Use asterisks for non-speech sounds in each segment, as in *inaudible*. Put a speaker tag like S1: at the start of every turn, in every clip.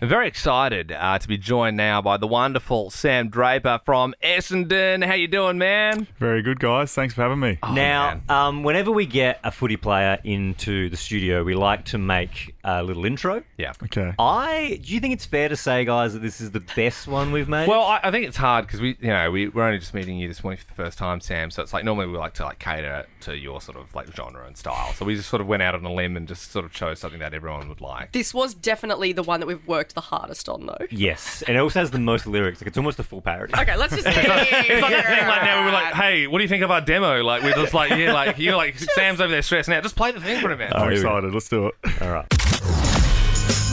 S1: I'm very excited uh, to be joined now by the wonderful Sam Draper from Essendon. How you doing, man?
S2: Very good, guys. Thanks for having me.
S3: now, um, whenever we get a footy player into the studio, we like to make a little intro.
S1: Yeah.
S2: Okay.
S3: Oh, I do you think it's fair to say, guys, that this is the best one we've made?
S1: Well, I, I think it's hard because we, you know, we, we're only just meeting you this morning for the first time, Sam. So it's like normally we like to like cater to your sort of like genre and style. So we just sort of went out on a limb and just sort of chose something that everyone would like.
S4: This was definitely the one that we've worked the hardest on, though.
S3: yes, and it also has the most lyrics. Like it's almost a full parody.
S4: *laughs* Okay, let's
S1: *laughs*
S4: just. it's
S1: Like, the thing, like now we were like, hey, what do you think of our demo? Like we're just like, yeah, like you're like Sam's over there stressing out. Just play the thing for a minute.
S2: I'm
S3: here we go.
S2: excited. Let's do it.
S3: All right.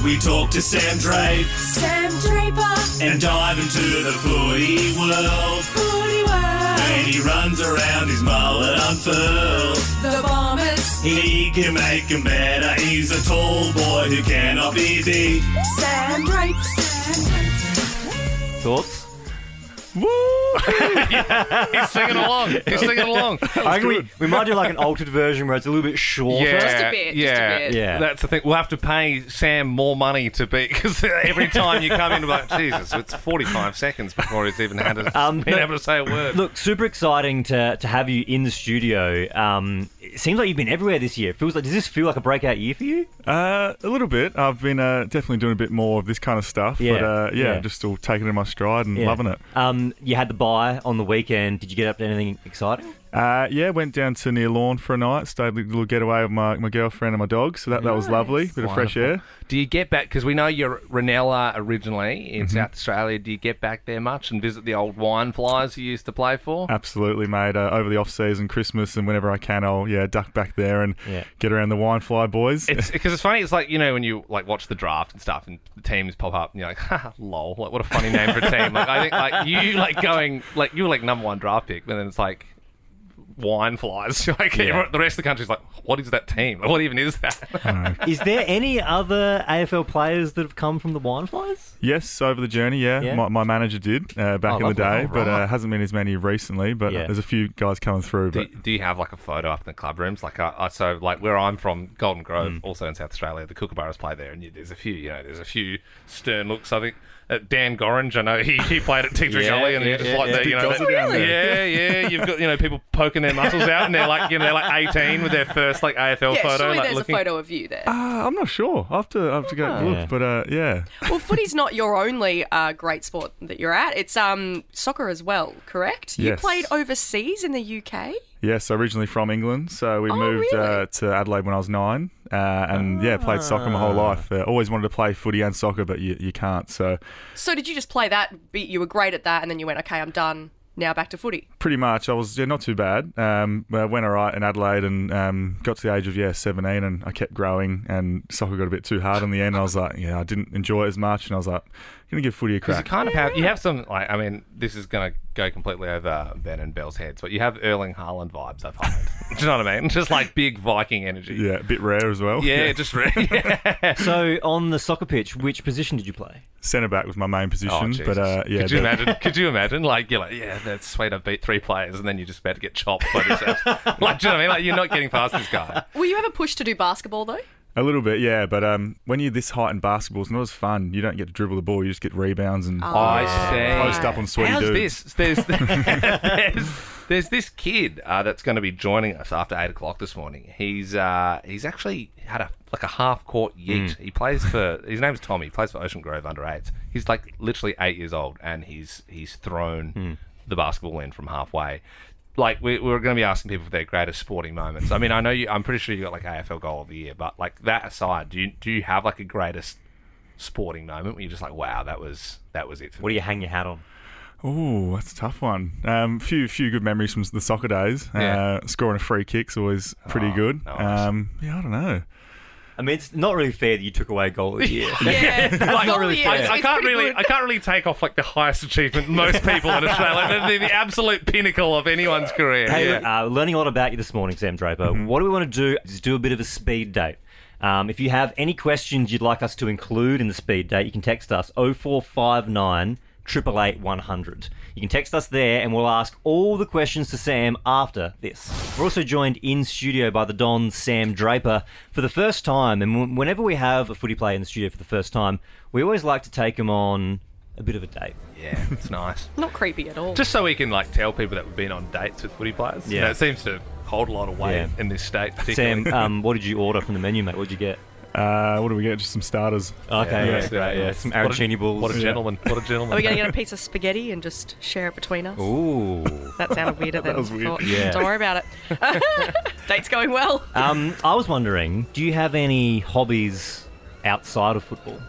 S5: We talk to Sam Drake
S6: Sam Draper,
S5: and dive into the footy world.
S6: Woody World,
S5: And he runs around his mullet unfurled.
S6: the Bombers,
S5: He can make 'em better. He's a tall boy who cannot be beat.
S6: Sam Draper,
S3: Thoughts?
S1: He's singing along. He's singing along.
S3: I think we, we might do like an altered version where it's a little bit shorter.
S1: Yeah,
S4: Just a bit, just a
S1: yeah,
S4: bit.
S3: Yeah.
S1: That's the thing. We'll have to pay Sam more money to be because every time you come in, we're like Jesus, it's forty-five seconds before he's even had *laughs* a,
S3: Um,
S1: been
S3: no-
S1: able to say a word.
S3: Look, super exciting to, to have you in the studio. Um, it seems like you've been everywhere this year. It feels like does this feel like a breakout year for you?
S2: Uh, a little bit. I've been uh, definitely doing a bit more of this kind of stuff.
S3: Yeah.
S2: But uh, yeah,
S3: Yeah.
S2: just still taking it in my stride and
S3: Yeah.
S2: loving it.
S3: Um, you had the buy on the weekend. Did you get up to anything exciting?
S2: Uh, yeah, went down to near lawn for a night. Stayed a little getaway with my, my girlfriend and my dog. So that, that was lovely. Bit of fresh air.
S1: Do you get back? Because we know you're Ranella originally in South Australia. Do you get back there much and visit the old wine flies you used to play for?
S2: Absolutely, mate. Uh, over the off season, Christmas, and whenever I can, I'll yeah duck back there and
S3: Yeah.
S2: get around the wine fly boys.
S1: *laughs* It's because it's funny. It's like you know when you like watch the draft and stuff, and the teams pop up, and you're like, "Ha, lol!" Like what a funny name for a team. Like I think like you like going like you were like number one draft pick, but then it's like wine flies. *laughs* like everyone- the rest of the country's like, "What is that team? What even is that?"
S3: Is there any other AFL players that have come from the Wineflies?
S2: *laughs* Yes, over the journey, yeah.
S3: Yeah.
S2: My, my manager did uh, back
S3: Oh,
S2: in the day,
S3: lovely. All
S2: but uh,
S3: right.
S2: hasn't been as many recently. But uh,
S3: Yeah.
S2: there's a few guys coming through.
S1: do,
S2: But
S1: do you have like a photo up in the club rooms? Like I, I so like where I'm from, Golden Grove,
S3: Mm.
S1: also in South Australia, the Kookaburras play there, and you, there's a few, you know, there's a few stern looks. I think uh, Dan Gorringe, I know he, he played at Tigrigali,
S3: Yeah,
S1: and you're
S3: yeah,
S1: just
S3: yeah,
S1: like
S3: yeah.
S1: the, you know,
S2: Does it
S1: that-
S2: down
S1: yeah, yeah, you've got you know people poking their muscles out, and they're like you know they're like 18 with their first like AFL
S4: *laughs* Yeah,
S1: photo,
S4: surely
S1: like
S4: there's
S1: looking.
S4: a photo of you there.
S2: uh, I'm not sure. I have to, I have to go look.
S3: Yeah.
S2: But uh, yeah,
S4: well, footy's not your only uh, great sport that you're at. It's um soccer as well, correct? You
S2: Yes.
S4: played overseas in the UK.
S2: yes, originally from England, so we
S4: Oh,
S2: moved uh,
S4: really?
S2: to Adelaide when I was nine, uh, and yeah, played soccer my whole life. Uh, always wanted to play footy and soccer, but you, you can't. So
S4: So did you just play that? Be, you were great at that, and then you went, okay, I'm done. Now back to footy.
S2: pretty much, I was yeah, not too bad. Um, I went alright in Adelaide, and um, got to the age of yeah 17, and I kept growing, and soccer got a bit too hard in the end. I was like, yeah, I didn't enjoy it as much, and I was like, gonna give footy a
S1: Because you
S2: crack.
S1: kind of have you have some like I mean this is gonna go completely over Ben and Bell's heads, but you have Erling Haaland vibes. I find. *laughs* Do you know what I mean? Just like big Viking energy.
S2: Yeah, a bit rare as well.
S1: Yeah, just *laughs* yeah.
S3: So on the soccer pitch, which position did you play?
S2: *laughs* Centre back was my main
S1: Oh,
S2: position,
S1: Jesus.
S2: but uh, yeah,
S1: could you
S2: the-
S1: imagine? Could you imagine? Like you're like, yeah, that's sweet. I beat three players, and then you're just about to get chopped by *laughs* yourself. like, do you know what I mean? Like you're not getting past this guy.
S4: Were you ever pushed to do
S1: *laughs*
S4: basketball though?
S2: a little bit, yeah. But um, when you're this height in basketball, it's not as fun. You don't get to dribble the ball; you just get rebounds and
S1: Oh, I
S2: post
S1: see.
S2: up on sweaty
S1: How's
S2: dudes.
S1: this?
S2: *laughs*
S1: There's, there's there's this kid uh, that's going to be joining us after eight o'clock this morning. He's uh, he's actually had a like a half court yeet. He plays for his name's Tommy. He plays for Ocean Grove under eights. He's like literally eight years old, and he's he's thrown the basketball in from halfway. Like we, we're going to be asking people for their greatest sporting moments. I mean, I know you. I'm pretty sure you got like AFL goal of the year, but like that aside, do you do you have like a greatest sporting moment where you're just like, wow, that was that was it for me?
S3: What do you hang your hat on?
S2: Oh, that's a tough one. Um, few few good memories from the soccer days.
S1: Yeah.
S2: Uh, scoring a free kick's always pretty
S1: Oh,
S2: good.
S1: nice.
S2: Um, yeah, I don't know.
S3: I mean, it's not really fair that you took away goal of the *laughs* year.
S4: Yeah,
S1: Like,
S4: Not really
S1: I,
S4: fair.
S1: I
S4: It's
S1: can't
S4: pretty
S1: really,
S4: good.
S1: I can't really take off like the highest
S3: *laughs*
S1: achievement most people in Australia. They're the, the absolute pinnacle of anyone's career.
S3: Hey,
S1: yeah. Mm-hmm.
S3: look, uh, learning a lot about you this morning, Sam Draper. What do we want to do is do a bit of a speed date. Um, if you oh have any questions you'd like us to include in the speed date, you can text us 0459 888 100. You can text us there and we'll ask all the questions to Sam after this. We're also joined in studio by the Don Sam Draper for the first time. And w- whenever we have a footy player in the studio for the first time, we always like to take him on a bit of a date.
S1: Yeah, it's nice.
S4: *laughs* Not creepy at all.
S1: Just so we can like tell people that we've been on dates with footy players. You
S3: Yeah.
S1: know, it seems to hold a lot of weight
S3: Yeah.
S1: in this state. Particularly. *laughs*
S3: Sam, um, what did you order from the menu, mate? What did you get?
S2: Uh, what do we get? Just some starters.
S3: Okay,
S1: Yeah,
S3: yeah,
S1: that's
S3: great,
S1: it,
S3: yeah.
S1: yeah.
S3: Some
S1: What a-
S3: arancini balls.
S1: what a
S2: Yeah.
S1: gentleman! What a gentleman!
S4: Are we going to get a piece of spaghetti and just share it between us?
S3: Ooh.
S4: That sounded weirder
S2: *laughs*
S4: than
S2: That was
S4: I
S2: weird.
S4: thought.
S3: Yeah.
S4: Don't worry about it. *laughs* Date's going well.
S3: Um, I was wondering, do you have any hobbies outside of football?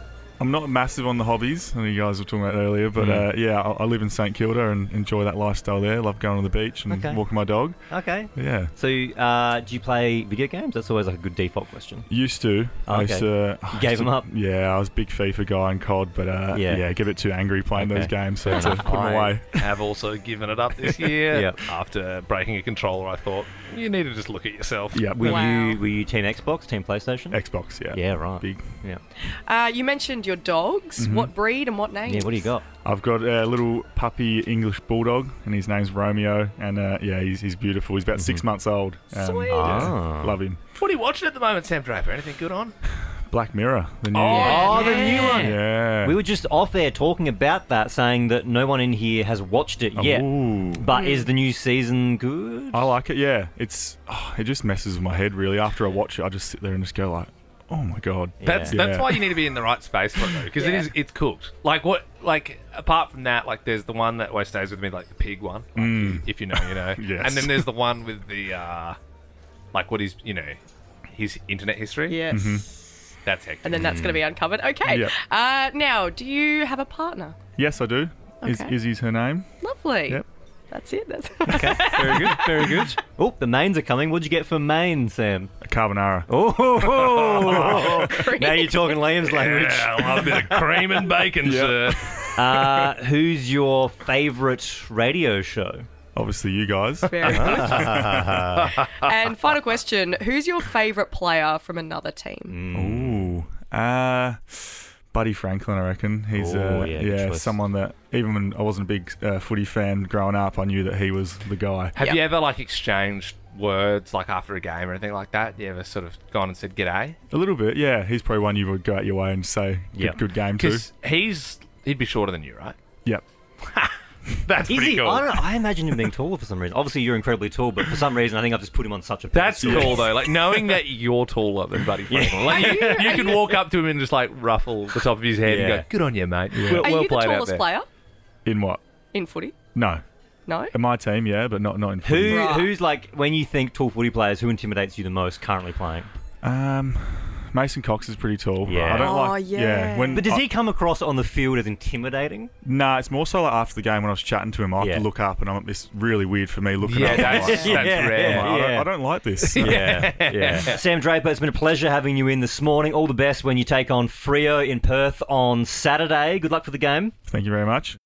S2: I'm not massive on the hobbies. I know you guys were talking about it earlier,
S1: Hmm.
S2: but uh, yeah, I, I live in St Kilda and enjoy that lifestyle there. Love going on the beach and
S3: Okay.
S2: walking my dog.
S3: Okay.
S2: Yeah.
S3: So, uh, do you play video games? That's always like a good default question.
S2: Used to. I used
S3: Okay.
S2: to. I
S3: gave
S2: used to-
S3: 'em up?
S2: Yeah, I was a big FIFA guy and COD, but uh,
S3: Yeah.
S2: yeah. get a bit too angry playing
S3: Okay.
S2: those games, so I had
S3: *laughs*
S2: to put them
S1: I
S2: away.
S1: have also given it up this year
S3: Yep.
S1: after breaking a controller. I thought you need to just look at yourself.
S2: Yeah,
S3: Were
S4: Wow.
S3: you were you team Xbox, team PlayStation?
S2: Xbox, yeah.
S3: yeah, right.
S2: Big.
S3: Yeah.
S4: Uh, you mentioned your dogs. What breed and what name?
S3: Yeah. What do you got?
S2: I've got a little puppy English bulldog, and his name's Romeo, and uh, yeah, he's, he's beautiful. He's about six months old.
S4: Sweet.
S3: Mm-hmm. Ah.
S2: Love him.
S1: What are you watching at the moment, Sam Draper? Anything good on?
S2: Black Mirror, the new.
S3: Oh, the new one.
S2: Yeah.
S3: We were just off air talking about that, saying that no one in here has watched it yet.
S2: Ooh.
S3: But is the new season good?
S2: I like it. Yeah, it's oh, it just messes with my head really. After I watch it, I just sit there and just go like, oh my god.
S1: That's
S2: Yeah.
S1: that's why you need to be in the right space for it though, because it
S4: Yeah.
S1: is it's cooked. Like what? Like apart from that, like there's the one that always stays with me, like the pig one. Like, If you know, you *laughs* know.
S2: Yes.
S1: And then there's the one with the, uh like what is you know, his internet history.
S4: Yes.
S1: That's hectic.
S4: And then that's going to be uncovered. Okay.
S2: Yep.
S4: Uh, now, do you have a partner?
S2: Yes, I do. Is
S4: Okay.
S2: Izzy's her name?
S4: Lovely.
S2: Yep.
S4: That's it. That's *laughs*
S3: Okay. Very good. Very good. *laughs* Oh, the mains are coming. What'd you get for main, Sam?
S2: A carbonara.
S3: Oh. *laughs*
S4: great.
S3: now you're talking *laughs* Liam's language.
S1: yeah, *laughs* I love a bit of cream and bacon, sir.
S3: Uh, who's your favourite radio show?
S2: Obviously, you
S3: *laughs*
S2: guys.
S4: Very good. and final question: Who's your favourite player from another team?
S2: Ooh.
S3: Mm.
S2: Uh, Buddy Franklin, I reckon. He's
S3: Ooh,
S2: uh, yeah,
S3: yeah, good choice.
S2: someone that even when I wasn't a big uh, footy fan growing up, I knew that he was the guy.
S1: Have
S4: Yep.
S1: you ever like exchanged words like after a game or anything like that? You ever sort of gone and said g'day?
S2: A little bit, yeah. He's probably one you would go out your way and say, good,
S3: Yeah.
S2: good game to.
S1: Because he's he'd be shorter than you, right?
S2: Yep.
S1: That's
S3: Is
S1: pretty
S3: he?
S1: cool.
S3: I, don't know. I imagine him being taller for some reason. Obviously, you're incredibly tall, but for some reason, I think I've just put him on such a.
S1: That's
S3: pedestal.
S1: cool though. Like knowing that you're taller than Buddy Franklin, like you, you can walk up to him and just like ruffle the top of his head
S3: Yeah.
S1: and go, "Good on you, mate. Well,
S4: Are
S1: Mm. well
S4: you the
S1: played out
S4: tallest
S1: there."
S4: player
S2: In what?
S4: in footy?
S2: No.
S4: No.
S2: In my team, yeah, but not not in footy.
S3: Who,
S4: Right.
S3: who's like when you think tall footy players, who intimidates you the most currently playing?
S2: Um, Mason Cox is pretty tall.
S3: Yeah.
S2: I don't
S4: Oh,
S2: like.
S4: yeah.
S2: When
S3: But does
S2: I-
S3: he come across on the field as intimidating?
S2: Nah, it's more so like after the game when I was chatting to him, I have
S3: Yeah.
S2: to look up and I'm. It's really weird for me looking
S1: Yeah,
S2: up. I'm
S3: *laughs*
S1: that's, that's
S2: like,
S3: Yeah.
S1: rare.
S2: I'm
S1: mate.
S2: like, I,
S3: yeah.
S2: don't, I don't like this.
S3: *laughs* Yeah,
S1: *laughs*
S3: yeah. Sam Draper, it's been a pleasure having you in this morning. All the best when you take on Frio in Perth on Saturday. Good luck for the game.
S2: Thank you very much.